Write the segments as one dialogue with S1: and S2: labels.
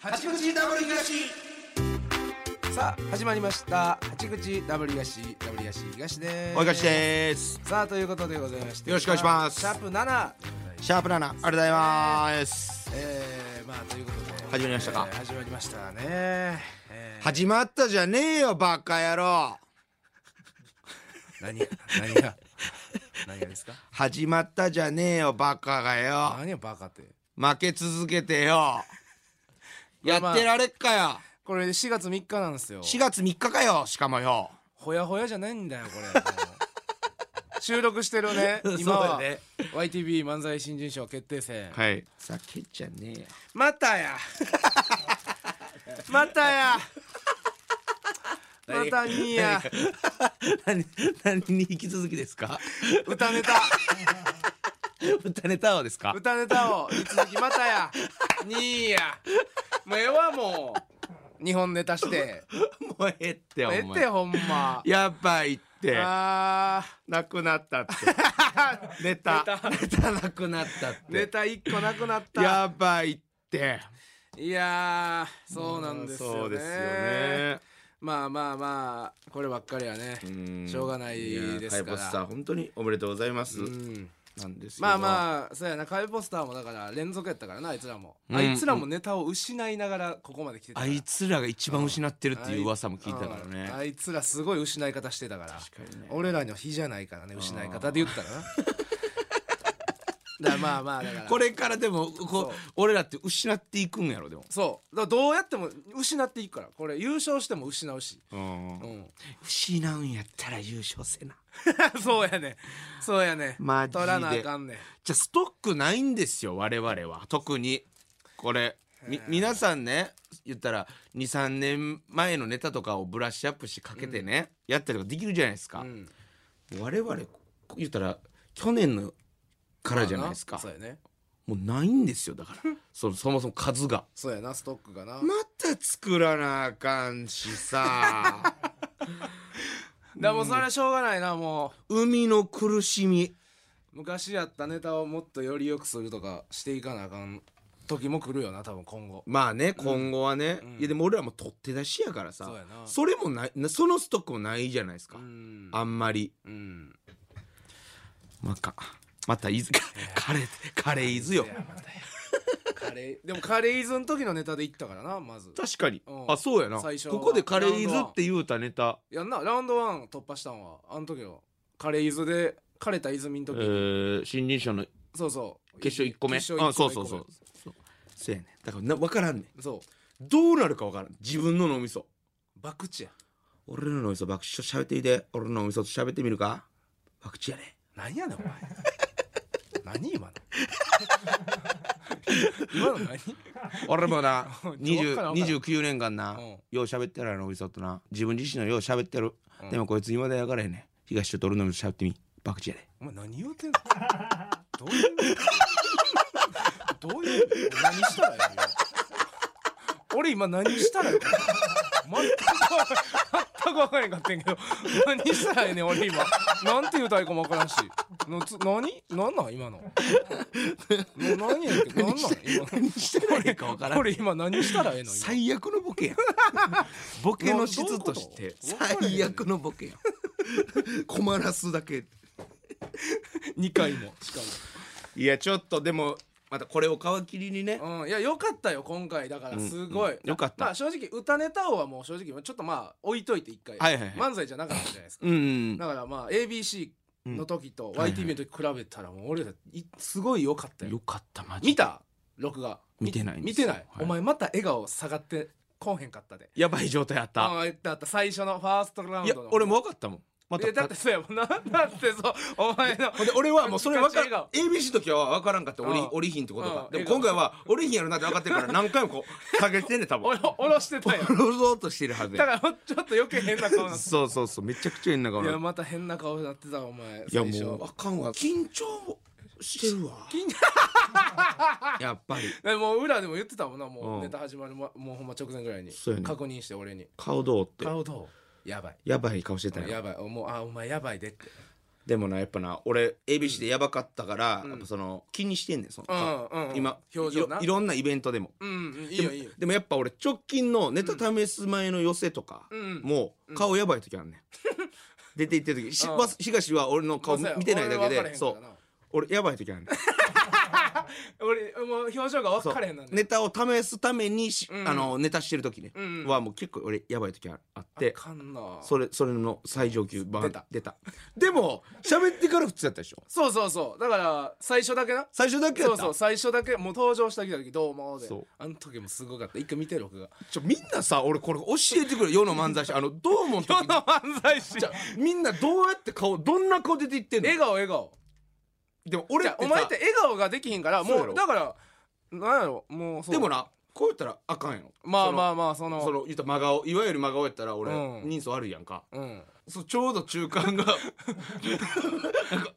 S1: W 東さあ始まりました八口 W 東 W 東東です
S2: おいかしです。
S1: さあということでございまして
S2: よろしくお願いします
S1: シャープ7
S2: シャープナナ、ありがとうございます。
S1: えー、まあということで
S2: 始まりましたか
S1: えー始まりましたね、えー、
S2: 始まったじゃねえよ、バカ野郎。
S1: 何が何が何がですか
S2: 始まったじゃねえよ、バカがよ。
S1: 何をバカって
S2: 負け続けて よ。
S1: いや
S2: やってられっかよ。
S1: これ4月3日なんですよ
S2: 4月3日かよ、しかもよ。
S1: ほやほやじゃないんだよこれも う収録してるね今は、
S2: そうだね
S1: YTB 漫才新人賞決定戦
S2: はい。ざけんじゃねえよ。
S1: またやまたやまたにや
S2: 何、何に引き続きですか
S1: 歌ネタ
S2: 歌ネタをですか
S1: 歌ネタを引き続きまた やにーやもうええわもう日本ネタ して
S2: もうええって、お
S1: ええってほんま
S2: やばいって。
S1: あ
S2: なくなっ たって。ネタ。ネタなくなったっ
S1: ーネ
S2: て。
S1: タ一個なくなった
S2: やばいって。
S1: いやーそうなんですよね
S2: そうですよね。
S1: まあまあまあこればっかりはねしょうがないですか
S2: いやカイボスさん
S1: ら
S2: 本当におめでとうございます。
S1: うん
S2: なんですよ
S1: まあまあそうやなカイポスターもだから連続やったからなあいつらも、あいつらもネタを失いながらここまで来てた
S2: あ
S1: から
S2: いつらが一番失ってるっていう噂も聞いたから
S1: うん
S2: ね。
S1: あいつらすごい失い方してたから
S2: 確かにね
S1: 俺らの比じゃないからね失い方で言った らなだからまあまあだから
S2: これからでも
S1: そう
S2: こう俺らって失っていくんやろでも。
S1: そうだからどうやっても失っていくからこれ優勝しても失うし、うん、
S2: 失うんやったら優勝せな。
S1: そうやねそうやね
S2: マジで
S1: 取らなあかんね
S2: じゃあストックないんですよ我々は特にこれみ皆さんね言ったら23年前のネタとかをブラッシュアップしてかけてね、やったりとかできるじゃないですか、
S1: ん
S2: 我々言ったら去年のからじゃないですか、
S1: そうやね
S2: もうないんですよだから そそもそも数が
S1: そうやなストックがな、
S2: また作らなあかんしさ
S1: でもうそれはしょうがないなもう
S2: 海の苦しみ
S1: 昔やったネタをもっとより良くするとかしていかなあかん時も来るよな多分今後
S2: まあね今後はね、いやでも俺らも取って出しやからさ
S1: そうやな
S2: れもないなそのストックもないじゃないですか、
S1: うん
S2: あんまり
S1: うん
S2: まかまたいず カレーカレーいずよ
S1: いやまたやカレーでもカレーイズの時のネタで行ったからなまず
S2: 確かに
S1: うん
S2: あそうやな
S1: 最初は
S2: ここでカレーいずって言うたネタ
S1: やんなラウンドワン突破したんはあの時のカレーイズで枯れた泉の時、
S2: えー新人賞の
S1: そうそう
S2: 決勝1個目
S1: 決勝
S2: あ
S1: 一個
S2: そう
S1: 目
S2: そうそう
S1: 一個
S2: そうそうやねだからな分からんねん
S1: 目そう
S2: どうなるか分からん自分の脳みそ
S1: 博打や
S2: 俺の脳みそ爆笑喋っていて俺の脳みそと喋ってみるか爆笑やね
S1: 何やねん お前何今の今の何
S2: 俺も な
S1: わからんわからん
S2: 20 29年間な、
S1: うん
S2: よう喋ってるやろ脳みそとな自分自身のよう喋ってる、
S1: ん
S2: でもこいつ今までやからへんねん東と俺の脳みそ喋ってみ爆笑やね
S1: お前何言うてんのどういうどういう何したらいい俺今何したらいい全く全く分からへんかったんやけど何したらええねん俺今なんて言うたいかも分からんしのつ何何なん今のの何やねんけど何なん今の
S2: 何してないか分からん
S1: 俺今何したらええの今
S2: 最悪のボケ やんボケの質とし
S1: どうい
S2: て
S1: うこと
S2: 最悪のボケやん困らすだけ
S1: 2回もしか
S2: いやちょっとでもまたこれを皮切りにね
S1: も、うん、いやよかったよ今回だからすごい、
S2: うんよかった
S1: まあ正直歌ネタ王はもう正直ちょっとまあ置いといて一回、
S2: はいはいはい
S1: 漫才じゃなかったじゃないですか
S2: うん
S1: だからまあ ABC の時と YTV の時比べたらもう俺らいすごい良かったよ
S2: よかったマジ
S1: 見
S2: で
S1: た録画
S2: 見てないん
S1: 見
S2: です
S1: て
S2: よ
S1: ない
S2: はい
S1: お前また笑顔下がってこんへんかったで
S2: やばい状態あった
S1: ああ言ってあった最初のファーストラウン
S2: いや
S1: ドの
S2: 俺も分かったもんま
S1: えだってそうやもんなだってそうお前の
S2: ほんで俺はもうそれ分か
S1: 口が
S2: ら ABC の時は分からんかって折
S1: う
S2: り
S1: ん
S2: 折りひんってことか
S1: うん
S2: でも今回は折りひんやるなって分かってるから何回もこう下げてんねん多
S1: お
S2: 分
S1: ろおろして たやん
S2: ロゾーとしてるはず
S1: だ
S2: や
S1: からちょっと余計変な顔になっ
S2: そうそうそうめちゃくちゃ変な顔
S1: たい
S2: なっ
S1: や
S2: て
S1: また変な顔になってたわお前
S2: いや
S1: 最初
S2: もうあかんわ緊張してるわ
S1: 緊
S2: やっぱり
S1: でも裏でも言ってたもんなもう、
S2: うん
S1: ネタ始まるももうほんま直前ぐらいに
S2: そうやね
S1: 確認して俺に
S2: 顔どうって
S1: 顔どうやばい
S2: やばい顔してたよ
S1: やばいもうあお前やばいでって
S2: でもなやっぱな俺 ABC でやばかったから、やっぱその気にしてんねんその顔、
S1: うんうんうん
S2: 今
S1: 表情ない
S2: ろいろんなイベントでも、
S1: うんうんいいよいいよ
S2: でもやっぱ俺直近のネタ試す前の寄せとか、
S1: ん
S2: もう顔やばい時あんねん、 出て行ってる時し
S1: うん
S2: わ東は俺の顔見
S1: まあそうや
S2: 見てないだけ
S1: 俺は分からへ
S2: で
S1: んから
S2: そ
S1: な
S2: う俺やばい時 あんねん
S1: 俺もう表情が分
S2: そう
S1: かれへんなんで
S2: ネタを試すためにし、
S1: ん
S2: あのネタしてる時ね、
S1: ん
S2: はもう結構俺やばい時ああって
S1: あかんなそ
S2: それそれの最上級版
S1: 出た
S2: 出たでも喋ってから普通やったでしょ
S1: うそうそうだから最初だけな
S2: 最初だけや
S1: そ
S2: っ
S1: う
S2: た
S1: そう最初だけもう登場した時どうも」で
S2: そう
S1: あの時もすごかった一回見て録 画
S2: ちょみんなさ俺これ教えてくれ世の漫才師あのどう思う
S1: 世の漫才師
S2: じゃみんなどうやって顔どんな顔出ていってんの
S1: 笑顔笑顔
S2: でも俺
S1: じ
S2: っ
S1: ゃ
S2: て
S1: あお
S2: さ
S1: 前って笑顔ができひんから
S2: そうや
S1: も
S2: ろ
S1: うだからなんやろもうそう
S2: でもなこうやったらあかんやろ
S1: まあ
S2: その
S1: まあまあその
S2: その言ったら真顔いわゆる真顔やったら俺、
S1: うん
S2: 人相悪いやんか
S1: うん、
S2: そうちょうど中 間が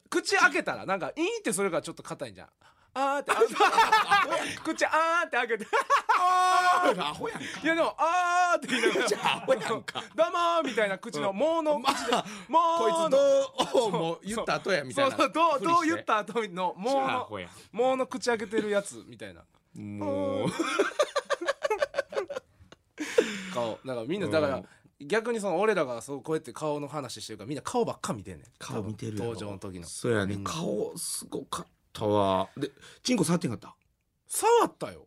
S1: 口開けたらなんかイーンってそれがちょっと硬いんじゃんあーってあ口あーって開けて
S2: あーアホやんか
S1: いやでもあーって言いながら
S2: ホやんか
S1: どうもーみたいな口の「も」の
S2: まあ
S1: も
S2: こいつ
S1: うの
S2: どうもう言った後やみたいな
S1: そうそうどう
S2: ふり
S1: どう
S2: して
S1: 言った後の「もう
S2: じゃあア
S1: の
S2: ホや」
S1: もうの口開けてるやつみたいな
S2: もう
S1: 顔だからみんなだから逆にその俺らがそうこうやって顔の話してるからみんな顔ばっか見てんねん
S2: 顔見てるやろ
S1: 登場の時の
S2: そうやね、顔すごかったわでチンコ触ってんかった
S1: 触ったよ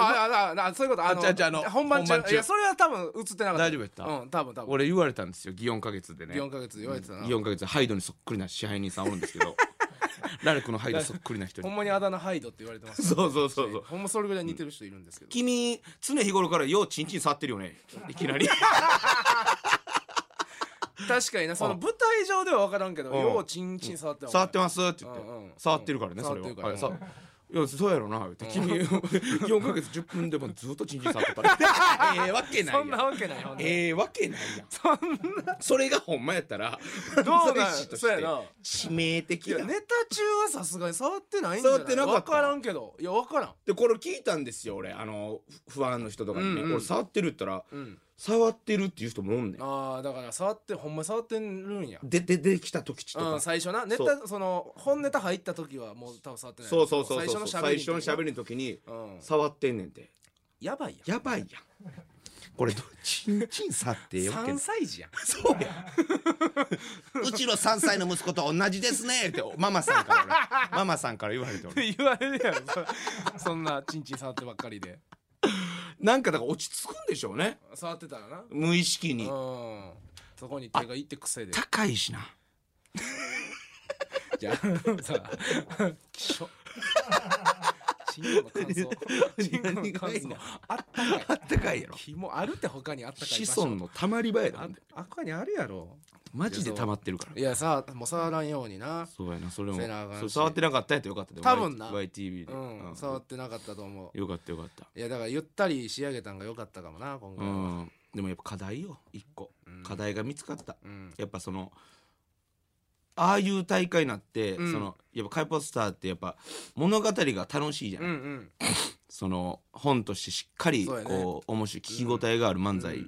S1: ああああそういうことあの
S2: あ違う違うあの
S1: 本番中
S2: 本番中
S1: いやそれは多分映ってなかった
S2: 大丈夫やった
S1: うん多分多分
S2: 俺言われたんですよ祇園か月でね
S1: 4ヶ月言われてたな
S2: 4ヶ月ハイドにそっくりな支配人さんおるんです けどラルクのハイドそっくりな人
S1: ほ
S2: に
S1: んまにあだ名ハイドって言われてます
S2: そうそうそうそう
S1: ほんまそれぐらい似てる人いるんですけど
S2: 君常日頃からようチンチン触ってるよねいきなり
S1: 確かになその舞台上では分からんけど
S2: うん
S1: ようチンチン触って
S2: 触って
S1: ま
S2: ますって言って、
S1: うんうん
S2: 触ってるからね、
S1: うん
S2: それは
S1: 触ってるから
S2: あさいやそうやろな言って君 4ヶ月10分でもずっとチンチン触ってた ええわけない
S1: そん
S2: や
S1: なんわけないほんと
S2: ええわけないやんそんなそれがほんまやったら
S1: どうなん
S2: 漫才師として
S1: そうやな
S2: 致命的
S1: いや
S2: や
S1: ネタ中はさすがに触ってないんじゃない
S2: 触ってなかった
S1: 分からんけどいや分からん
S2: でこれ聞いたんですよ俺あの不安の人とかにね、
S1: うんうん
S2: 俺触ってるって言ったら、
S1: ん
S2: 触ってるっていう人もおんねん
S1: ああだから触ってほんまに触ってるんや
S2: で出てきた時とか、
S1: うん最初なネタその本ネタ入った時はもう多分触ってない
S2: そうそうそうそう
S1: 最初
S2: 最初
S1: の
S2: の
S1: しゃ
S2: 喋
S1: べり
S2: りの時に
S1: うん
S2: 触ってんねんて
S1: やばいやん
S2: やばいやんこれどちんちん触ってよけ
S1: 3歳児やん
S2: そうやうちの3歳の息子と同じですねってママさんから俺ママさんから言われて俺
S1: 言われるやろそ そんなチンチン触ってばっかりで
S2: なんかだから落ち着くんでしょうね
S1: 触ってたらなうん
S2: 無意識に
S1: そこに手がいって癖で
S2: 高いしな
S1: じゃあさきしょチンコの感想チンコの感
S2: 何がいい
S1: 想
S2: の
S1: あったかい
S2: あったかいやろ
S1: キモあるって他にあったかい場
S2: 子
S1: 所
S2: 孫のたまり場や
S1: あ
S2: なんん
S1: あっこにあるやろ
S2: マジで溜まってるから
S1: いやさもう触らんようにな
S2: そうやなそれも
S1: せなあかんし
S2: そう触ってなかったやったらよかったで
S1: 多分な
S2: Y- YTV で、
S1: うん触ってなかったと思う
S2: よかったよかった
S1: いやだからゆったり仕上げたんが良かったかもな今
S2: う
S1: 回は、
S2: んでもやっぱ課題よ一個、課題が見つかった、
S1: ん
S2: やっぱそのああいう大会になって、
S1: ん
S2: そのやっぱカイポスターってやっぱ物語が楽しいじゃ、
S1: うんんうん
S2: その本としてしっかり
S1: そう
S2: こ
S1: や
S2: う
S1: ね
S2: 面白い聞き応えがある漫才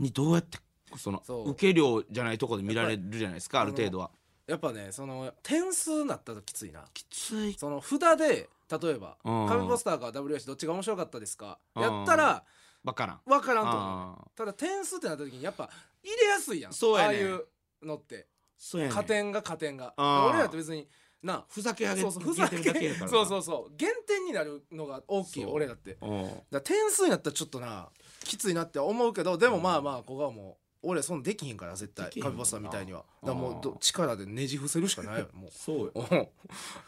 S2: にどうやってその
S1: そう
S2: 受け量じゃないとこで見られるじゃないですかある程度は
S1: やっぱねその点数になったときついな
S2: きつい
S1: その札で例えば「
S2: うん
S1: 紙ポスターか WH どっちが面白かったですか?」
S2: うん
S1: やったら
S2: わからん
S1: 分からんと思うね
S2: あー
S1: ただ点数ってなった時にやっぱ入れやすいやん
S2: そう
S1: あ
S2: やね
S1: あいうのって
S2: そうやね
S1: 加点が加点がで
S2: あー
S1: 俺らって別にな
S2: ふざけ上げ
S1: そうそうふざけ
S2: 聞いてるだけやからな
S1: そうそうそう減点になるのが大きい
S2: そう
S1: 俺らってだか
S2: うん
S1: ら点数になったらちょっとなきついなって思うけどでもまあまあここはも俺そんなんできひんから絶対
S2: できへん
S1: カ
S2: もん
S1: ビ
S2: な
S1: バスさんみたいにはだからもう
S2: あ
S1: ど
S2: ー
S1: 力でねじ伏せるしかないよもう
S2: そうよ
S1: うん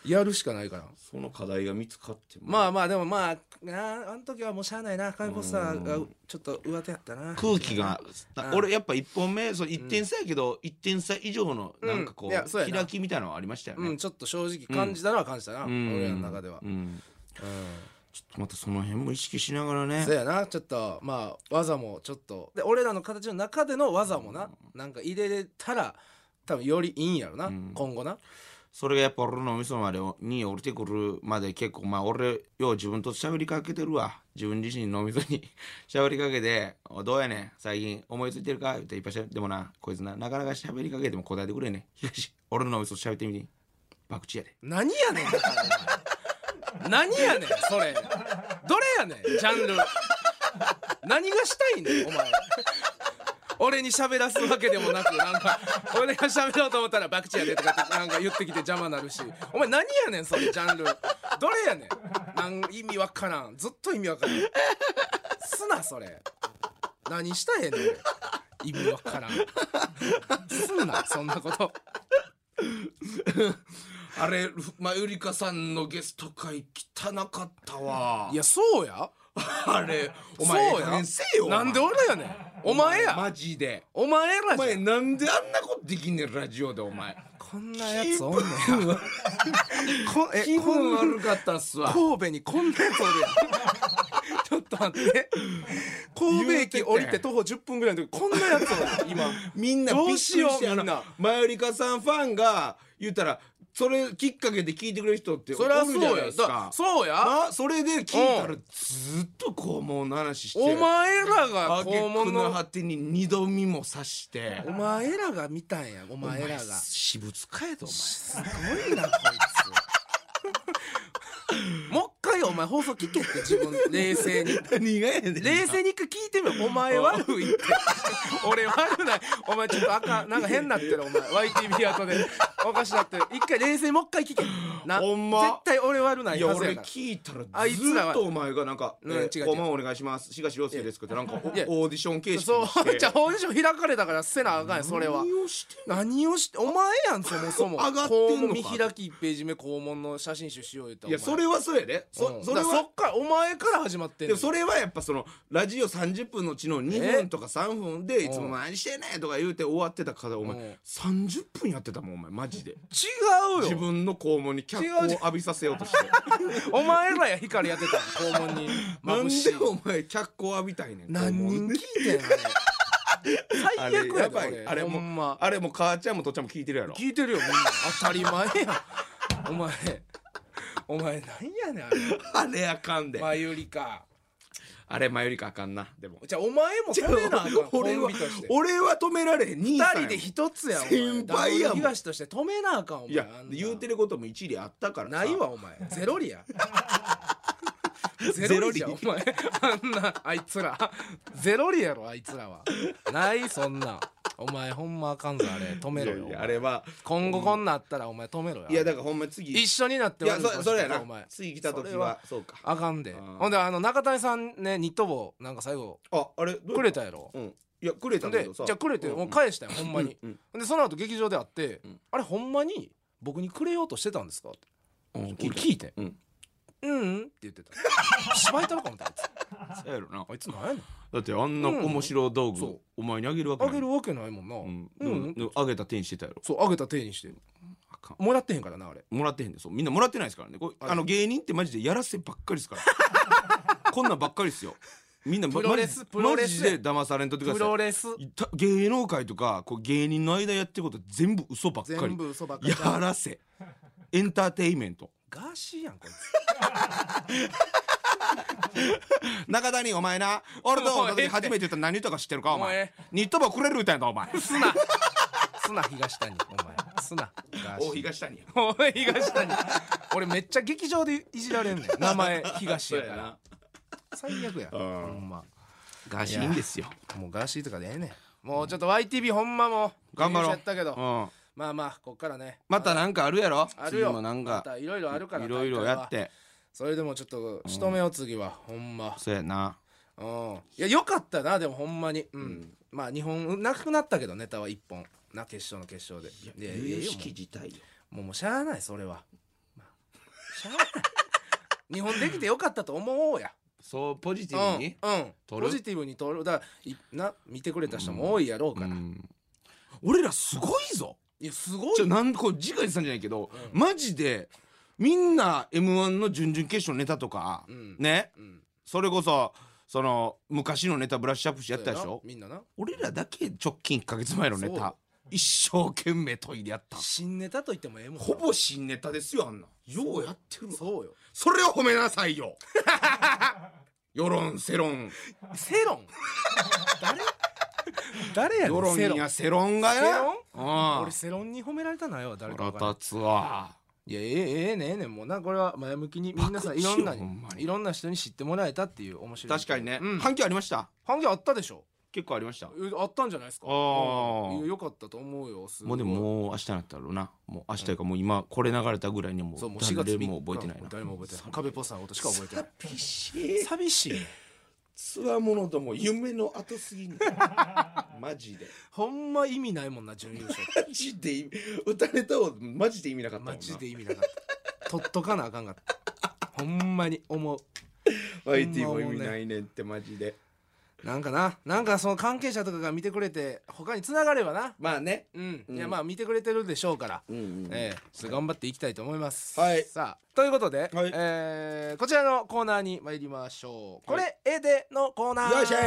S1: やるしかないから
S2: その課題が見つかっても
S1: まあまあでもまあなああの時はもうしゃあないなカビバスさんがちょっと上手やったな
S2: 空気が
S1: うん
S2: 俺やっぱ1本目そう1点差やけど1点差以上のなんかこ
S1: うんいやそうや
S2: う
S1: な
S2: 開きみたいなのはありましたよ
S1: う
S2: ね
S1: んちょっと正直感じたのは感じたな、
S2: うん
S1: 俺らの中では
S2: う、ん
S1: うん
S2: ちょっとまたその辺も意識しながらね
S1: そうやなちょっとまあ技もちょっとで俺らの形の中での技もな、なんか入れれたら多分よりいいんやろな、
S2: うん
S1: 今後な
S2: それがやっぱ俺の味噌までに降りてくるまで結構まあ俺よう自分と喋りかけてるわ自分自身の味噌に 喋りかけて「おどうやねん最近思いついてるか?」言っていっぱい喋ってでもなこいつななかなか喋りかけても答えてくれねん東俺の味噌喋ってみてバクチやで
S1: 何やねんだから何やねんそれどれやねんジャンル何がしたいねんお前俺に喋らすわけでもなくなんか俺が喋ろうと思ったら「バクチやで」とかってなんか言ってきて邪魔なるしお前何やねんそれジャンルどれやねんなん意味わからんずっと意味わからんすなそれ何したいねん意味わからんすなそんなこと
S2: あれマユリカさんのゲスト会汚かったわ
S1: いやそうや
S2: あれお前
S1: そうや
S2: 先生よお前
S1: なんで俺やねんお前や
S2: マジで
S1: お前ら
S2: お
S1: じゃ
S2: 前
S1: ん
S2: なんであんなことできんねんラジオでお前
S1: こんなやつおんねんやこえ
S2: 気
S1: こん
S2: 分悪かったっすわ
S1: 神戸にこんなやつお るやんちょっと待って神戸駅降りて徒歩10分ぐらいの時こんなやつおる今
S2: みんなびっ
S1: ど
S2: く
S1: う
S2: り
S1: しよう
S2: してあ
S1: みんな
S2: のマユリカさんファンが言ったらそれきっかけで聞いてくれる人ってお
S1: そ
S2: る
S1: り
S2: じ
S1: ゃ
S2: ゃ
S1: そ
S2: な
S1: う
S2: い
S1: や
S2: です
S1: だ
S2: か
S1: そうや
S2: あそれで聞いた
S1: う
S2: らずっと肛門の話して
S1: お前らが
S2: あげ
S1: 肛
S2: く
S1: 門
S2: の
S1: の
S2: 果てに二度見もさして
S1: お前らが見たんやお
S2: お
S1: 前らがす
S2: 私物かやとお前
S1: ごいなこいつもう一回お前放送聞けって自分冷静に
S2: 何がやねん
S1: 冷静に一回聞いてみようお前悪いって 俺悪ないお前ちょっとあかんなんか変なってるお前 YTV 後でおかしなってる一回冷静にもう一回聞けな
S2: ほんま
S1: 絶対俺悪ないい
S2: や
S1: はず
S2: 俺
S1: やから
S2: 聞いたらず
S1: あいつらは
S2: っとお前がなんか「
S1: うん
S2: え
S1: 違う違
S2: ー
S1: う
S2: 肛門お願いします東涼介です」ってなんかおオー
S1: いや
S2: ディション形式
S1: そ
S2: にして
S1: うじゃあオーディション開かれたからせなあかんやんそれは
S2: 何をしてんの
S1: 何をしてお前やんそもそも
S2: 上がってんのか
S1: 肛門見開き1ページ目肛門の写真集しよう言った
S2: いやそれはそうやで
S1: そ,、
S2: そ
S1: ん、
S2: そ
S1: そ
S2: れ
S1: れそ
S2: は
S1: っからお前から始まってん
S2: で
S1: ね
S2: も
S1: ん
S2: それはやっぱそのラジオ30分のうちの2分とか3分でいつも
S1: うん
S2: 何してんねんとか言うて終わってたからお
S1: うん
S2: 前30分やってたもんお前マ ジで
S1: 違う
S2: 自
S1: よ
S2: 分の肛門に脚光を浴びさせようとして
S1: お前らや光やってた肛門に
S2: なん
S1: 眩しい
S2: でお前脚光浴びたいねん
S1: 何人聞いてん の最悪や
S2: あれや
S1: で
S2: ば
S1: 俺
S2: いあれ
S1: ほ
S2: も
S1: んま
S2: あれも母ちゃんも父ちゃんも聞いてるやろ
S1: 聞いてるよみんな当たり前や お前お前なんやねんあれ
S2: あれあかんで
S1: 前よりか
S2: あれ前よりかあかんなでも
S1: じゃあお前も止めなあかんコン
S2: 俺は
S1: ビとして
S2: 俺は止められへん兄さ
S1: 二
S2: んやもん
S1: 人で一つやお前
S2: 先輩や
S1: ダブ
S2: もん
S1: ル東として止めなあかんお前
S2: いや
S1: あんな
S2: 言うてることも一理あったからさ
S1: ないわお前ゼロリ やゼ
S2: ゼ
S1: ロ
S2: ロ
S1: リ
S2: リ
S1: やお前あんなあいつらゼロリやろあいつらはないそんなんお前ほんまあかんぞあれ止め
S2: い
S1: ろ
S2: や
S1: よ
S2: い
S1: お前
S2: やあれは
S1: 今後こんなんあったらお前止めろよ
S2: いやだからほんま次
S1: 一緒になって
S2: いや
S1: 悪いこと
S2: そそれや
S1: して
S2: な
S1: お前
S2: 次来た時
S1: それ
S2: はそうか
S1: あかんで
S2: うん
S1: ほんであの中谷さんねニット帽なんか最後
S2: ああれどう
S1: くれたやろ
S2: うんいやくれたんだけ
S1: で
S2: どさ
S1: じゃあくれて
S2: うん
S1: もう返したよほん まに
S2: うん
S1: ほんでその後劇場で会って
S2: ん
S1: あれほんまに僕にくれようとしてたんですかって
S2: うんうん
S1: 俺聞いて
S2: うん
S1: うんうんって言ってた 芝居たろか思ったあいつ
S2: そうやろな
S1: あいつ何やねん
S2: だってあんな
S1: うん
S2: 面白道具
S1: そう
S2: お前にあげるわけ
S1: あ
S2: ない
S1: げるわけないもん
S2: う
S1: なんう
S2: でも
S1: ん
S2: でもあげた手にしてたやろ
S1: そうあげた手にして
S2: あかん
S1: もらってへんからなあれ
S2: もらってへんでそうみんなもらってないですからねこれあの芸人ってマジでやらせばっかりですから こんなんばっかりですよみんな
S1: プロレス
S2: マジ
S1: プロレス
S2: マジで騙されんとってくだ
S1: プ
S2: さい
S1: ロレス
S2: た芸能界とかこう芸人の間やってること全部嘘ばっかり
S1: 全部嘘ばっかり
S2: や らせエンターテインメント
S1: ガーシーやんこいつ
S2: 中谷お前な俺と
S1: もうええって
S2: 俺初めて言ったら何言ったか知ってるかお
S1: もう
S2: 前
S1: え
S2: ニット帽くれる歌やんかお前
S1: す な。すな東谷お前。すな。
S2: 大東谷や
S1: おい東谷。俺めっちゃ劇場でいじられんねん。名前東やから。最悪や。ほんま。
S2: ガシいいんですよ
S1: もうガーシーとかでええねん。もうちょっと YTV ほんまもう
S2: 頑張ろう
S1: やったけど、
S2: うん
S1: まあまあこっからね
S2: またなんかあるやろ
S1: あるよ
S2: 次もなん
S1: ま
S2: か
S1: たいろいろあるから
S2: いろいろやって
S1: それでもちょっと仕留めよう次は、ほんま
S2: そうやな
S1: うん、いやよかったなでもほんまに、うんまあ日本なくなったけどネタは1本な決勝の決勝でいやいやいや
S2: 有
S1: もう
S2: 識自体よ
S1: もうもうしゃあないそれは、まあしゃあ ない日本できてよかったと思おうや
S2: そうポジテ
S1: うんう
S2: ィブに、
S1: ん
S2: 取る
S1: ポジティブに取るだからいな見てくれた人も多いやろうから、
S2: うん俺らすごいぞ
S1: いやすごい
S2: じゃなんこう次回さんじゃないけど、マジでみんな m 1の準々決勝のネタとか、
S1: うん
S2: ね
S1: うん
S2: それこそその昔のネタブラッシュアップしてやったでし
S1: そうや
S2: ょ
S1: なみんなな
S2: 俺らだけ直近1ヶ月前のネ
S1: そう
S2: タ一生懸命研いでやった
S1: 新ネタと言ってもええもんな
S2: ほぼ新ネタですよあんなようやってるわ
S1: そうよ
S2: それを褒めなさい よ世論世論
S1: セロ ン 誰誰や
S2: 世
S1: ねん
S2: 論
S1: セロ
S2: には
S1: ン
S2: 世論が
S1: 世論
S2: ようん
S1: 俺セロンに褒められたないわ誰かわからん
S2: 腹立つわ
S1: いやええええねええねんもうなこれは前向きに皆さんいろんな
S2: パクチーよほんまに
S1: いろんな人に知ってもらえたっていう面白い
S2: 確かにね、
S1: うん、
S2: 反響ありました
S1: 反響あったでしょ
S2: 結構ありました
S1: えあったんじゃないですか
S2: あー
S1: うんいやよかったと思うよす
S2: も
S1: ごい
S2: うでももう明日になったろうなもう明日というかもう今これ流れたぐらいにはもう
S1: そうもう4月
S2: 誰
S1: 三日
S2: も覚えてないな
S1: 誰も覚えてないもう壁ポスターのことしか覚えてない
S2: 寂しい
S1: 寂しいね
S2: つわものども夢の後す ぎにマジで
S1: ほんま意味ないもんな準優勝 って
S2: マジで打たれたをマジで意味なかったも
S1: マ
S2: んな
S1: ジで意味なかった取っとかなあかんかったほんまに思う
S2: YT
S1: ほんま
S2: も意
S1: もうね
S2: 味ないねんってマジで
S1: なんかななんかその関係者とかが見てくれて他に繋がればな
S2: まあね
S1: うん、
S2: うん
S1: いやまあ見てくれてるでしょうから、
S2: うんうん
S1: ええちょっと頑張っていきたいと思います。
S2: はい
S1: さあということで、
S2: はい
S1: えーこちらのコーナーに参りましょう。これ、
S2: は
S1: 絵でのコーナー。
S2: よいしょい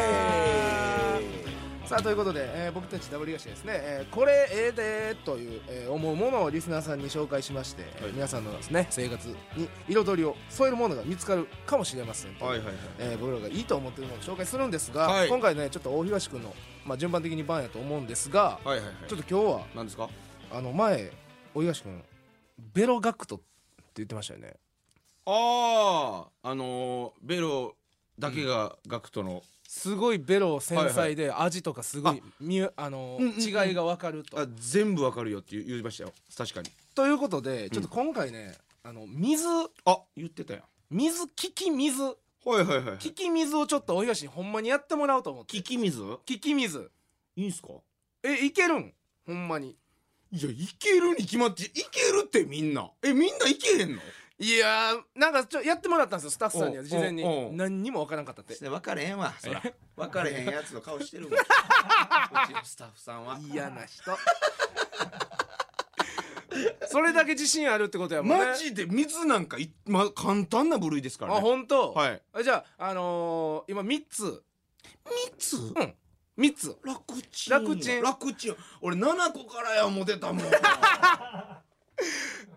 S1: さあということで、えー僕たちダブリガシですね、えーこれええでという、えー思うものをリスナーさんに紹介しまして、えー
S2: はい
S1: 皆さんのですね生活に彩りを添えるものが見つかるかもしれませんという
S2: はいはいはい
S1: えー僕らがいいと思ってるものを紹介するんですが、
S2: はい
S1: 今回ねちょっと大東君の、まあ、順番的に番やと思うんですが、
S2: はいはいはい
S1: ちょっと今日は
S2: なんですか
S1: あの前大東君ベロガクトって言ってましたよね
S2: あああのーベロだけがガクトの、
S1: すごいベロ繊細で味とかすごいみゆあの
S2: うんうんうん
S1: 違いが分かると
S2: あ全部わかるよって言う言いましたよ確かに
S1: ということでちょっと今回ねあの水
S2: あ言ってたやん
S1: 水利き水
S2: はいはいはい
S1: 利き水をちょっと大東にほんまにやってもらおうと思って
S2: 聞き水
S1: 利き水
S2: いいんすか
S1: えいけるんほんまに
S2: いやいけるに決まっていけるってみんなえみんないけへんの
S1: いやーなんかちょやってもらったんですよスタッフさんには
S2: おう
S1: 事前
S2: おうおう
S1: に何にも分からんかったって
S2: 分かれへんわそら分かれへんやつの顔 してるわうちのスタッフさんは
S1: 嫌な人 それだけ自信あるってことやもんね
S2: マジで水なんかい、ま、簡単な部類ですか
S1: あ
S2: らね
S1: 本当。
S2: はい
S1: あじゃああのー、今三つ
S2: 水
S1: うん三つ
S2: 楽ちん
S1: 楽ちん
S2: 楽ちん俺7個からや思てたもん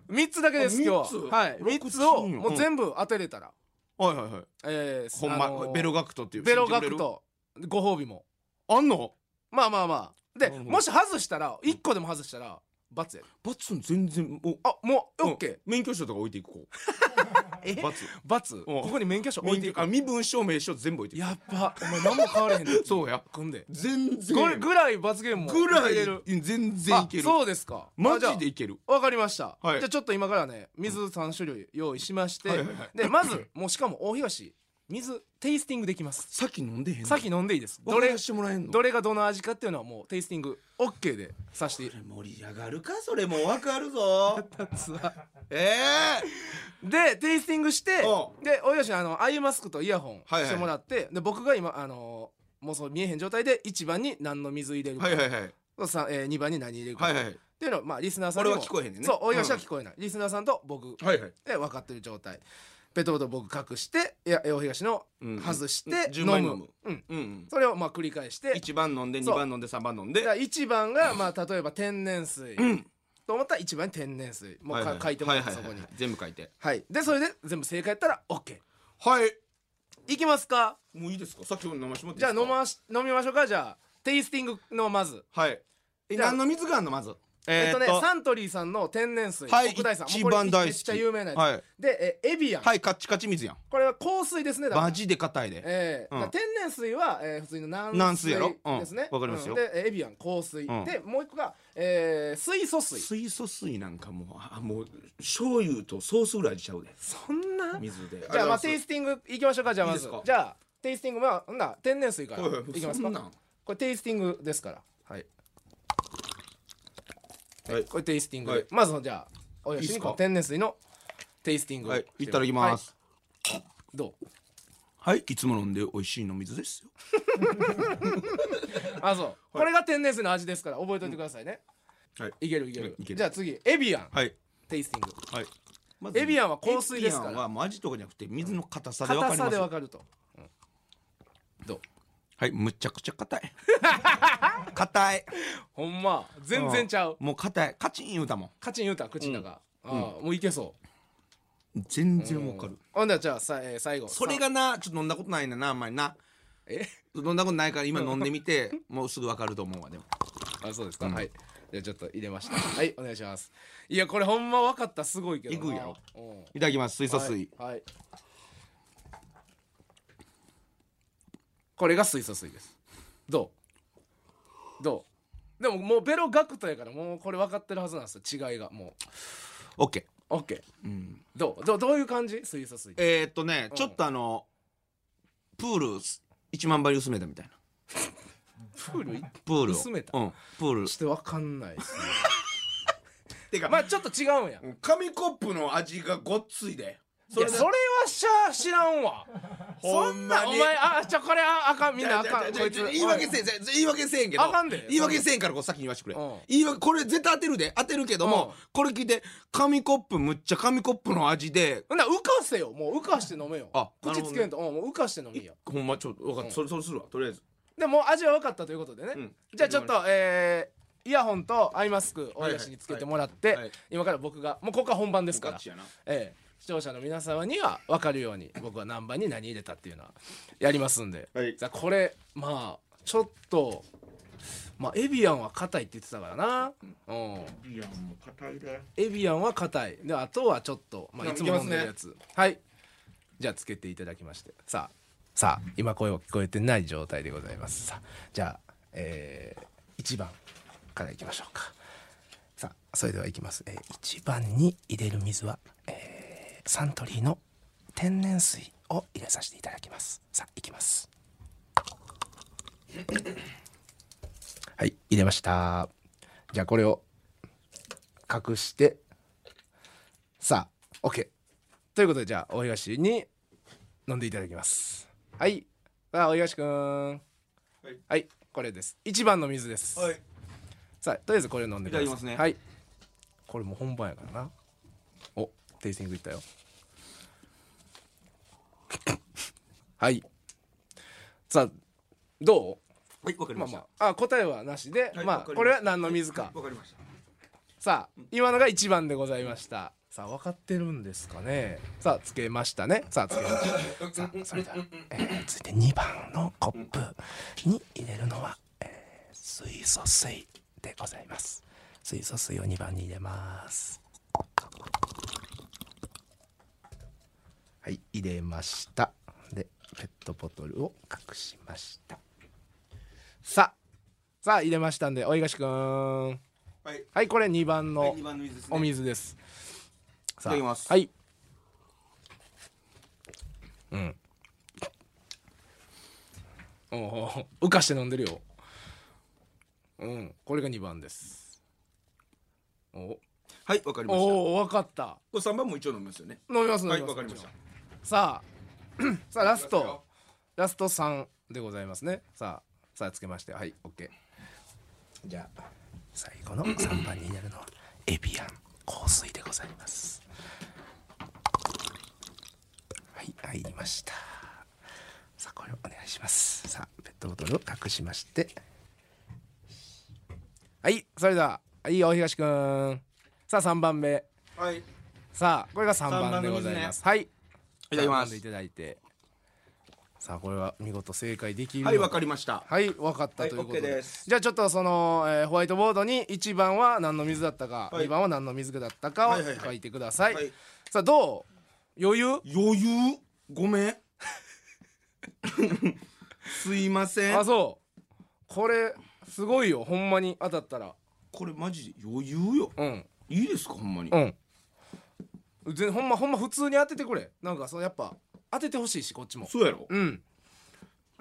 S1: 三つだけです
S2: あ
S1: 今
S2: 三つ
S1: 日ははい三
S2: 六
S1: つを
S2: 珍
S1: もう全部当てれたら、
S2: はいはいはい
S1: えー
S2: ほんま、
S1: あのー
S2: ベロガクトっていう
S1: ベロガ
S2: 信
S1: ク
S2: じてくれる
S1: トご褒美も
S2: あんの
S1: まあまあまあで
S2: なるほど
S1: もし外したら一個でも外したら罰やで
S2: バツン全然もう
S1: あもう
S2: うん
S1: オッケー
S2: 免許証とか置いていく こ
S1: え
S2: うバツ
S1: 罰ここに免許証置いていく
S2: あ身分証明書全部置いていく
S1: やっぱお前何も変わらへんで
S2: そうや
S1: 組んで
S2: 全然
S1: これぐらい罰ゲームも
S2: ぐらい
S1: いける
S2: 全然いける
S1: あそうですか
S2: マ
S1: あじゃあ
S2: ジでいける
S1: わかりました、
S2: はい
S1: じゃあちょっと今からね水3種類用意しまして、
S2: はいはいはい
S1: でまずもうしかも大東水テイスティングできます
S2: さっき飲んでへんの
S1: さっき飲んでいいですど
S2: 分か
S1: れ
S2: らしてもらえんの
S1: どれがどの味かっていうのはもうテイスティング OK でさして
S2: 盛り上がるかそれもわかる ぞえ
S1: でテイスティングして
S2: お
S1: で大東にあのアイマスクとイヤホン
S2: はいはい
S1: してもらって、で僕が今あのもうそう見えへん状態で1番に何の水入れ
S2: え
S1: るか、
S2: はいはいはい
S1: さえー、2番に何入れるか、
S2: はいはい
S1: っていうのはまあリスナーさんにも
S2: 俺は聞こえへんねんね
S1: そう大東は聞こえない、リスナーさんと僕
S2: はいはい
S1: で分かってる状態ペットボトル僕隠していや大東の
S2: うん
S1: 外し
S2: うん
S1: て飲
S2: 順
S1: む,、
S2: 番に飲む
S1: うん、
S2: うんうん
S1: それをまあ繰り返して
S2: 一番飲んで二
S1: そう
S2: 番飲んで三番飲んではい
S1: 1番がまあ例えば天然水、と思ったら1番に天然水もうか、
S2: はい
S1: 書いてもらって
S2: はいは
S1: そ
S2: い
S1: こ
S2: はい
S1: に
S2: 全部書いて
S1: はいでそれで全部正解やったら OK
S2: はい
S1: いきますか
S2: もういいですかさっき飲ましてもらって
S1: じ
S2: い
S1: ゃ
S2: い
S1: あ
S2: ですか
S1: 飲まし飲みましょうかじゃあテイスティングのまず
S2: はいえ
S1: じゃあ
S2: 何の水があんのまず
S1: えっとね、
S2: は
S1: サントリーさんの天然水、
S2: はい
S1: 国大さん
S2: 一
S1: もうこれ
S2: 番大好き
S1: めっちゃ有名なやつ、
S2: はい
S1: でえエビアン、
S2: いカッチカチ水やん
S1: これは香水ですねだから
S2: マジで硬いで
S1: えー
S2: うん
S1: だから天然水は、えー普通の軟水
S2: 軟水やろうん
S1: ですね
S2: わかりますよ
S1: うんでえーエビアン香水、
S2: ん
S1: でもう一個が、えー水素水
S2: 水素水なんかもうあもう醤油とソースぐらいちゃうで
S1: そんな
S2: 水で
S1: じゃあまあ
S2: り
S1: テイ
S2: がとう
S1: スティングいきましょうかじゃあまず
S2: いいですか
S1: じゃあテイスティングまあほんなら天然水から
S2: はい
S1: い
S2: はい
S1: きます
S2: そ
S1: か
S2: んなん
S1: これテイスティングですから
S2: はい
S1: はいこれテイスティングで、
S2: はい
S1: まずじゃあおやし
S2: いいっ
S1: に
S2: すか
S1: この天然水のテイスティングを
S2: はいいただきます
S1: はいどう
S2: はいいつも飲んで美味しいの水ですよ
S1: あそう、これが天然水の味ですから覚えといてくださいね、
S2: はい
S1: いけるいけ
S2: うん
S1: る
S2: いける
S1: じゃあ次エビアン
S2: はい
S1: テイスティング
S2: はいま
S1: エビアンは香水ですから
S2: エビアンはもう味とかじゃなくて水の硬さでわか
S1: 硬
S2: り
S1: さ
S2: ま
S1: ですわかると、うん、どう
S2: はいむちゃくちゃ硬 い硬い
S1: ほんま全然ちゃう
S2: もう硬いカチン言うたもん
S1: カチン言うた口の中、ああもういけそう
S2: 全然わかる
S1: ほんでじゃあさ、えー最後
S2: それがなちょっと飲んだことないねんなあんまりな
S1: え
S2: 飲んだことないから今飲んでみてもうすぐわかると思うわでも
S1: あそうですか、はいじゃあちょっと入れま したはいお願いしますいやこれほんま分かったすごいけど
S2: えぐいやろ
S1: うん
S2: いただきます水素水、
S1: はい、はいこれが水素水ですどうどうでももうベロガクトやからもうこれ分かってるはずなんですよ違いがも
S2: オッケー
S1: う OK、どうどうどういう感じ水素水
S2: えー、っとね、ちょっとあのプールす1万倍薄めたみたいな
S1: プール行っ
S2: プールを
S1: 薄めた
S2: うん、プール
S1: して分かんないですね
S2: てか
S1: まあちょっと違うんや
S2: 紙コップの味がごっついで
S1: それそれはしゃ知らんわ
S2: ほ
S1: そ
S2: ん
S1: ん
S2: まに
S1: なお前あちょこれああかんみんなあかんこいつ
S2: 言い訳せん言い訳せんけど
S1: あかんで
S2: 言い訳せんからこう先に言わしてくれ、
S1: うん
S2: 言い訳これ絶対当てるで当てるけども、
S1: うん
S2: これ聞いて紙コップむっちゃ紙コップの味で
S1: ほんなら浮かせよもう浮かして飲めよ
S2: あなる
S1: 口
S2: ほどね
S1: つけんと、うんもう浮かして飲みよ
S2: ほんまちょっと分かった、それそれするわとりあえず
S1: でもう味は分かったということでね、
S2: ん
S1: じゃあちょっとえーイヤホンとアイマスクを出しにつけてもらって、
S2: はいはい
S1: 今から僕がもうここは本番ですから
S2: ガチやな
S1: ええ視聴者の皆様には分かるように僕は何番に何入れたっていうのはやりますんで、
S2: はい
S1: じゃあこれまあちょっとまあエビアンは硬いって言ってたからな、うん、
S2: いやもう硬いで
S1: エビアンは硬いであとはちょっと、まあ、
S2: い
S1: い
S2: き
S1: つも
S2: ま
S1: 飲
S2: す
S1: ん
S2: ね、
S1: でるやつ、はいじゃあつけていただきましてさあさあ今声を聞こえてない状態でございますさあじゃあ、えー、1番からいきましょうかさあそれではいきます、えー、1番に入れる水は、えー、サントリーの天然水を入れさせていただきますさあいきますはい入れましたじゃあこれを隠してさあ OK ということでじゃあ大東に飲んでいただきますはいさあ大東くんはいこれです一番の水です、
S2: はい
S1: さあとりあえずこれ飲んでください
S2: いただきますね
S1: はいこれもう本番やからなおテイスティングいったよはいさあど
S2: はいわか
S1: う
S2: り
S1: ま
S2: ま
S1: あ
S2: した、
S1: まああ答えはなしで、
S2: はい
S1: ま
S2: わか
S1: あ
S2: りました
S1: これは何の水か、
S2: わかりました
S1: さあ今のが一番でございましたさあ分かってるんですかねさあつけましたね さあつけましたさあそれでは、えー続いて2番のコップに入れるのは、えー水素水でございます水素水を2番に入れますはい入れましたでペットボトルを隠しましたさあさあ入れましたんでおいがしくん
S2: はい
S1: はい、これ2番の
S2: 二番の水ですね
S1: お水です。さあ
S2: いただきます
S1: はい。うん。おうおう、浮かして飲んでるよ。うん、これが2番です。お
S2: はいわかりましたこ
S1: おー、わかった。
S2: れ三番も一応飲みますよね
S1: 飲みます飲
S2: は
S1: み
S2: い
S1: ます。
S2: わかりました
S1: さあ、 さあラス
S2: いきます
S1: ト
S2: よ、
S1: ラスト3でございますね。さあ、さあつけまして、はい、オッケー。じゃあ最後の3番になるのはエビアン香水でございます。はい、入りました。さあこれをお願いします。さあペットボトルを隠しまして、はい、それでははい大東くん、さあ3番目、
S2: はいい
S1: さあこれが3番でございます。はい。
S2: ただきま
S1: 飲んですいただいてさあこれは見事正解できる
S2: はいわ
S1: の
S2: かりました
S1: はい分かった
S2: はい
S1: ということで,、
S2: OK です
S1: じゃあちょっとその、えーホワイトボードに1番は何の水だったか、
S2: はい
S1: 2番は何の水だったかを
S2: はいはいはい
S1: 書いてください,、
S2: はい
S1: さあどう余裕
S2: 余裕ごめん すいませ
S1: あ
S2: ん
S1: そうこれすごいよほんまに当たったら
S2: これマジで余裕よ
S1: うん
S2: いいですかほんまに
S1: うん全ほんまほんま普通に当ててくれなんかそのやっぱ当ててほしいしこっちも
S2: そうやろ
S1: うん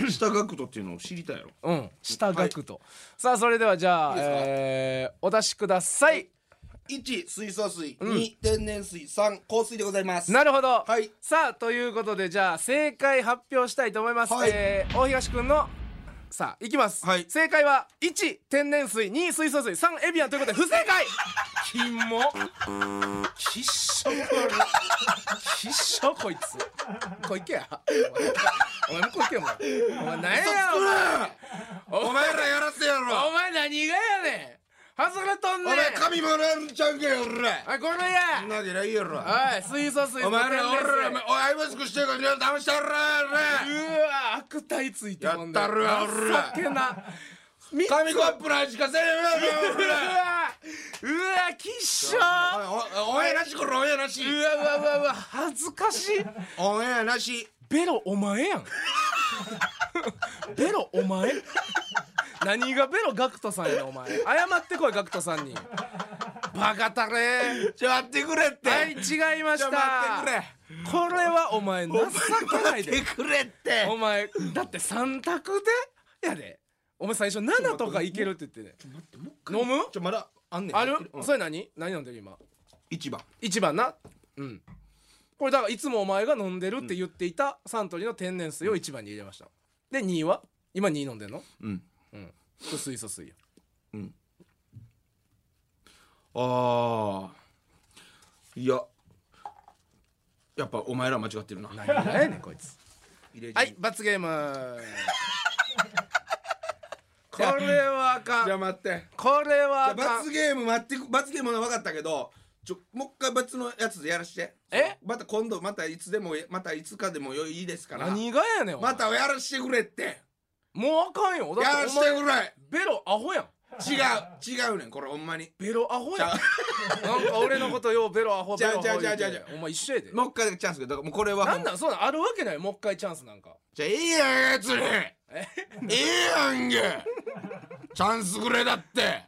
S2: 下学徒っていうのを知りたいやろ
S1: うん下学と、さあそれではじゃあ
S2: いいですか
S1: えーお出しください
S2: 1水素水、2天然水3香水でございます
S1: なるほど、
S2: はい
S1: さあということでじゃあ正解発表したいと思います、
S2: はい
S1: えー大東くんのさあいきます、
S2: はい
S1: 正解は1天然水2水素水3エビアンということで不正 解キモきっしょこきっしょこいつこいけやお前お前向こう行けよお前お前何やお前
S2: お前らやらせやろ
S1: お前何がやねん外れとん
S2: お
S1: ねん
S2: 前髪もらえるんちゃうんかよ俺ら
S1: あこれ
S2: そん
S1: や
S2: なわけないやろ
S1: おい水素水
S2: お前ら俺らお前
S1: うわ
S2: おいアイマスクしてるから皆さん騙してやるら
S1: 悪態ついてもん
S2: やったるわ俺ら
S1: 情けな
S2: 紙コップの味かせねえよ
S1: う
S2: 俺
S1: わ
S2: ら
S1: うわきっしょうわ
S2: おおおえなしこれおえなし
S1: うわうわうわ恥ずかしい
S2: おえなし
S1: ベロお前やんベロお前何がベロガクトさんやねんお前謝ってこいガクトさんにバカたれ
S2: ちょ待ってくれって
S1: はい違いまし
S2: ちょ
S1: た
S2: 待ってく
S1: こ
S2: れ
S1: れはお前情けない
S2: 待
S1: で
S2: ってくれって
S1: お前だって3択でやでお前最初7とかいけるって言ってね飲む
S2: ちょまだあんねん
S1: ある
S2: うん
S1: それ何何飲んでる今
S2: 一番
S1: 1番なうんこれだからいつもお前が飲んでるって言っていたサントリーの天然水を1番に入れましたで2位は今2位飲んでんの
S2: うん
S1: うんこれ水素水よ
S2: あーいややっぱお前ら間違ってるな
S1: 何がやねんこいつ
S2: 入れ
S1: は
S2: はい
S1: 罰ゲー ムこれはあか
S2: じゃ
S1: ん
S2: あ待って
S1: これは
S2: じゃ
S1: あ
S2: あ
S1: かん
S2: 罰ゲーム待って罰ゲームは分かったけどちょもう一回罰のやつでやらして
S1: え
S2: また今度またいつでもまたいつかでもよいいですから
S1: 何がやねんお前
S2: またやらしてくれって
S1: もうあかんよ
S2: や
S1: だっ
S2: ら
S1: て
S2: し
S1: お
S2: て
S1: 前
S2: くれ
S1: ベロアホやん
S2: 違う違うねんこれほんまに
S1: ベロアホやん
S2: ちゃ
S1: なんか俺のことようベロアホ
S2: ち
S1: ベロ
S2: ゃ
S1: ア
S2: う
S1: ホ言うて
S2: ちゃうちゃうちゃうちゃ
S1: お前一緒やで
S2: もう一回チャンスけどだからもうこれは
S1: なんなんそうなんあるわけないもう一回チャンスなんか
S2: じゃあいいやんやつに
S1: え
S2: いいやんけチャンスくれだって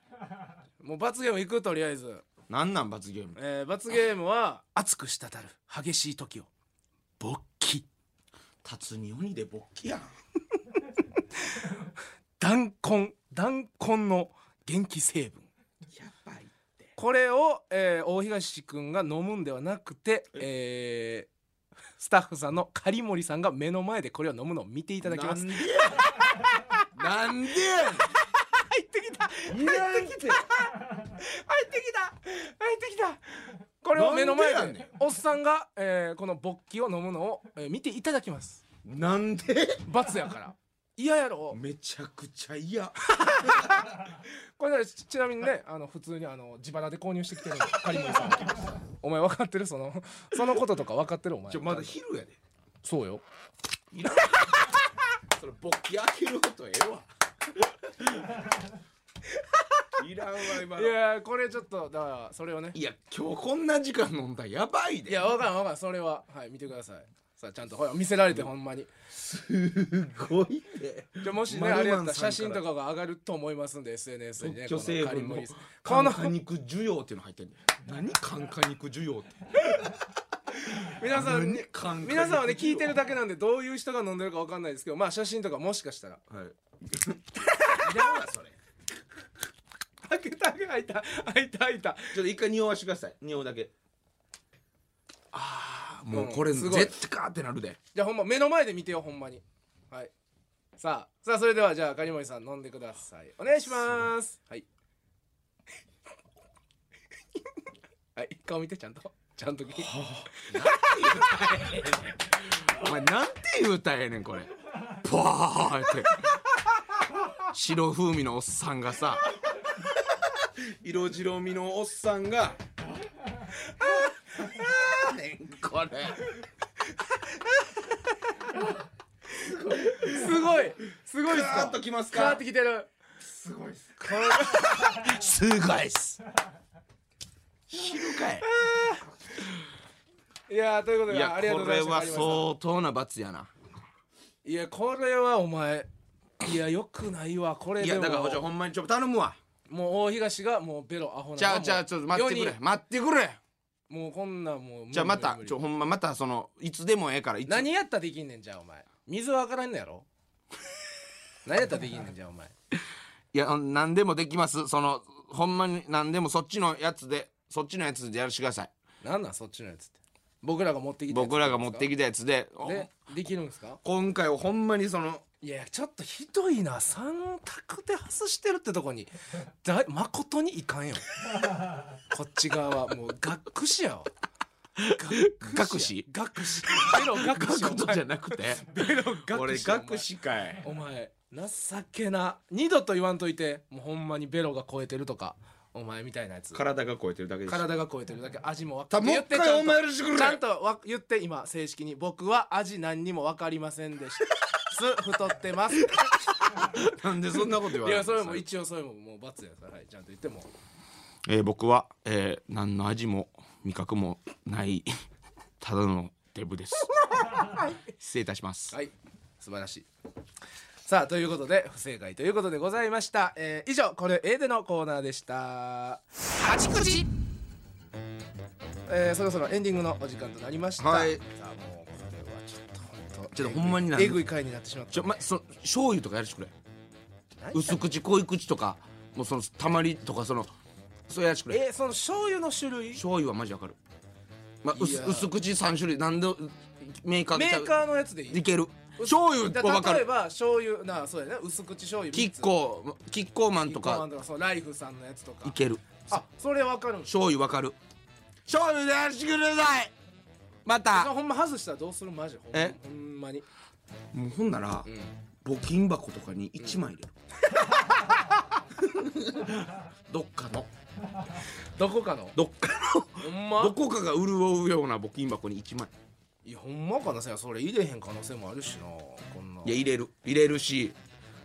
S1: もう罰ゲーム行くとりあえず、
S2: なんなん罰ゲーム
S1: えー、罰ゲームは熱く滴る激しい時を勃起
S2: 立つに鬼で勃起やん
S1: 弾痕弾痕の元気成分
S2: やばいって
S1: これを、えー、大東くんが飲むんではなくて、えー、スタッフさんの狩森さんが目の前でこれを飲むのを見ていただきます
S2: なんでやんなんでやん
S1: 入ってきた入ってきた入ってきた入ってきたこれを目の前
S2: なんで
S1: で
S2: やねん
S1: おっさんが、えー、この勃起を飲むのを、えー見ていただきます
S2: なんで
S1: 罰やから嫌やろ
S2: めちゃくちゃ嫌
S1: これねちちなみにねあの普通にあの自腹で購入してきてるの狩森さんお前分かってるそのそのこととか分かってるお前
S2: じゃまだ昼やで
S1: そうよ
S2: いらんそれ勃起開けることええわいらんわ今
S1: い
S2: のいや
S1: やーこれちょっとだからそれをね
S2: 今日こんな時間飲んだらやばいで
S1: いや分からん分からんそれははい見てくださいさあちゃんとほら見せられてほんまに
S2: すごいで
S1: じゃあもしね
S2: マルマ
S1: あ
S2: ン
S1: れやったら
S2: さんから
S1: 写真とかが上がると思いますんで SNS にね
S2: 女性分の
S1: この
S2: カ
S1: こ
S2: ン
S1: の
S2: カ肉需要っていうの入ってんねん何カンカ肉需要って
S1: 皆さんね
S2: 何カンカ肉
S1: 皆さんはね聞いてるだけなんでどういう人が飲んでるか分かんないですけどまあ写真とかもしかしたら
S2: はい
S1: いらんわそれ開けた開けた開いた開いた開いた
S2: ちょっと一回匂わしてください匂うだけあーもうこれ
S1: うんすごい
S2: 絶対かーってなるで
S1: じゃあほんま目の前で見てよほんまにはいさあさあそれではじゃあカニモリさん飲んでくださいお願いしますはいはい顔見てちゃんとちゃんと聞いて
S2: お前なんて言うたらええねんこれバーって白風味のおっさんがさ色白身のおっさん がなんやねんこれ
S1: すごいすごいっす
S2: ガー
S1: か
S2: ッときます
S1: 変わっ
S2: か
S1: てきてる
S2: すごいっす
S1: これ
S2: すごいっす昼かい
S1: いやーということ
S2: い
S1: で
S2: や
S1: ありがとう
S2: こ
S1: ござ
S2: れ
S1: いま
S2: は
S1: した
S2: 相当な罰やない
S1: やこれはお前いやよくないわこれ
S2: い
S1: で
S2: や
S1: も
S2: だからほんまにちょっと頼むわ
S1: もう大東がもうベロアホな
S2: じゃあじゃあちょっと待ってくれ待ってくれ
S1: もうこんなんもう無理
S2: じゃあまた
S1: 無理無理
S2: ちょほんままたそのいつでもええからいつ
S1: 何やったらできんねんじゃあお前水は分からんのやろ 何やったらできんねんじゃあお前
S2: いや何でもできますそのほんまに何でもそっちのやつでそっちのやつでやらしてください
S1: なんなんそっちのやつって僕らが持ってきたやつ
S2: 僕らが持ってきたやつでお
S1: でできるんですか
S2: 今回はほんまにその
S1: いやちょっとひどいな三択で外してるってとこにだ誠にいか んよこっち側はもう学士やわ
S2: 学士
S1: 学士ベロ学士
S2: 学
S1: お
S2: 徒じ
S1: 前
S2: ゃなくて
S1: ベロ学士
S2: 俺
S1: お前
S2: 学士かい
S1: お前情けな二度と言わんといてもうほんまにベロが超えてるとかお前みたいなやつ
S2: 体が超えてるだけです
S1: 体が超えてるだけ味も分
S2: た
S1: か
S2: もう
S1: 言
S2: 一
S1: って
S2: 回
S1: ちゃんと
S2: お前らしてくれ
S1: ちゃんとわ言って今正式に僕は味何にも分かりません でしたす太ってますい
S2: なんでそんなこと言われる
S1: や
S2: んです
S1: そ
S2: か
S1: れも一応それももう罰やから、はい、ちゃんと言っても
S2: えー僕は、えー何の味も味覚もない ただのデブです 失礼いたします、
S1: はい素晴らしいさあということで不正解ということでございました、えー以上これ A でのコーナーでした
S2: あちこち
S1: えー、そろそろエンディングのお時間となりました、
S2: はい
S1: さあもうこれはちょっと本当
S2: ちょっとほんまになん
S1: えぐい回になってしまった
S2: ちょ、ま、そ醤油とかやるしくれ
S1: 何
S2: 薄口濃い口とかもうそのたまりとかそのそれやらしてくれ
S1: えーその醤油の種類
S2: 醤油はマジわかる、ま、薄
S1: いや
S2: 薄口3種類何でメーカー
S1: メ
S2: ちゃ
S1: ー
S2: う
S1: カーのやつでいい
S2: いける醤油
S1: だ
S2: はわか
S1: 例え
S2: る
S1: ば醤油なあそうやな薄口醤油
S2: キ
S1: 三つ
S2: ッコーキッコーマン
S1: キッ
S2: と
S1: コーマ
S2: か
S1: ンとかそうライフさんのやつとか
S2: いける
S1: あそれわかるんし
S2: 醤油わかる醤油でやらしてくださいまた
S1: ほんま外したらどうするマジほん,、
S2: え
S1: ほんまに
S2: もうほんなら、募金箱とかに1枚入れる、 どっかの
S1: どこかの
S2: どっかの
S1: ほん
S2: ど
S1: ま
S2: こかが潤うような募金箱に1枚
S1: いやほんまかなさそれ入れへん可能性もあるしなこんない
S2: や入れる入れるし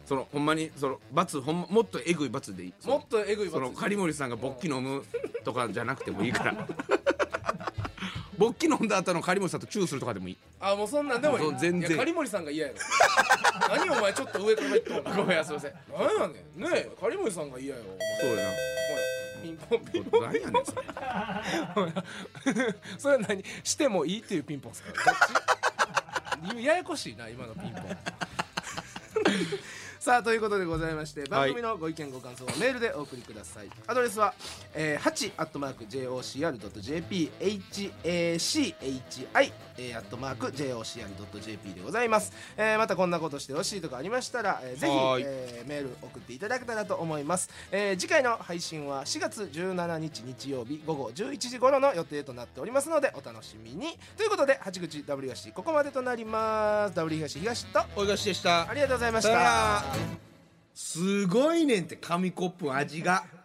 S2: そのほんまにその罰ほん、ま、もっとえぐい罰でいいその
S1: もっとえぐい
S2: その狩森さんが勃起飲むとかじゃなくてもいいから 勃起飲んだ後の狩森さんとチューするとかでもいい
S1: あもうそんなんでもい
S2: も
S1: いう
S2: 全然
S1: いや狩森さんが嫌やろ何お前ちょっと上から言っとん のごめんすいません何やねんねえ狩森さんが嫌やろお前
S2: そう
S1: ほ
S2: や
S1: らピンポンピンポ
S2: な
S1: ン
S2: 何やねんそれ
S1: ほら それは何してもいいっていうピンポンですかどっちややこしいな今のピン ポンさあということでございまして番組のご意見ご感想をメールでお送りください、アドレスは、えー、8-jocr.jp hachi えー @jocr.jp でございます、えーまたこんなことしてほしいとかありましたら、えーぜひ、
S2: はい
S1: えーメール送っていただけたらと思います、えー次回の配信は4月17日日曜日午後11時頃の予定となっておりますのでお楽しみにということで八口 W 東ここまでとなります W 東東と
S2: おいがしでした
S1: ありがとうございまし
S2: さよな
S1: た
S2: らすごいねんって紙コップ味が。